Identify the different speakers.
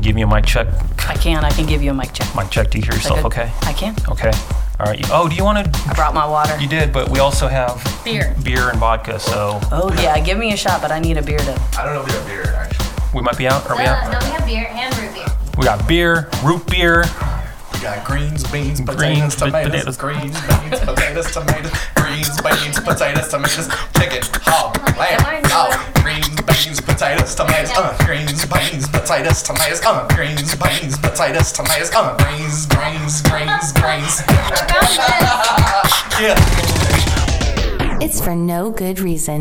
Speaker 1: give me a mic check?
Speaker 2: I can, I can give you a mic check.
Speaker 1: Mic check, do you hear
Speaker 2: Is that
Speaker 1: yourself
Speaker 2: good?
Speaker 1: okay?
Speaker 2: I can.
Speaker 1: Okay. All right. Oh, do you want to?
Speaker 2: I brought my water.
Speaker 1: You did, but we also have
Speaker 2: Beer.
Speaker 1: beer and vodka, so
Speaker 2: Oh, yeah, give me a shot, but I need a beer to,
Speaker 3: I don't know if we have beer, actually.
Speaker 1: we might be out. Are we
Speaker 4: No,
Speaker 1: out?
Speaker 4: no, we have beer and root beer.
Speaker 1: We got beer, root beer.
Speaker 3: We got greens, beans,
Speaker 1: Greens,
Speaker 3: potatoes,
Speaker 1: ba- potatoes.
Speaker 3: tomatoes, greens, beans, potatoes, tomatoes, greens, beans, potatoes, tomatoes, chicken, hog, lamb, cow, greens, beans, potatoes, tomatoes, uh, greens, beans, potatoes, tomatoes, uh, greens, beans, potatoes, tomatoes, uh, greens, greens, greens, greens.
Speaker 4: Found this.
Speaker 3: Yeah.
Speaker 5: It's for no good reason.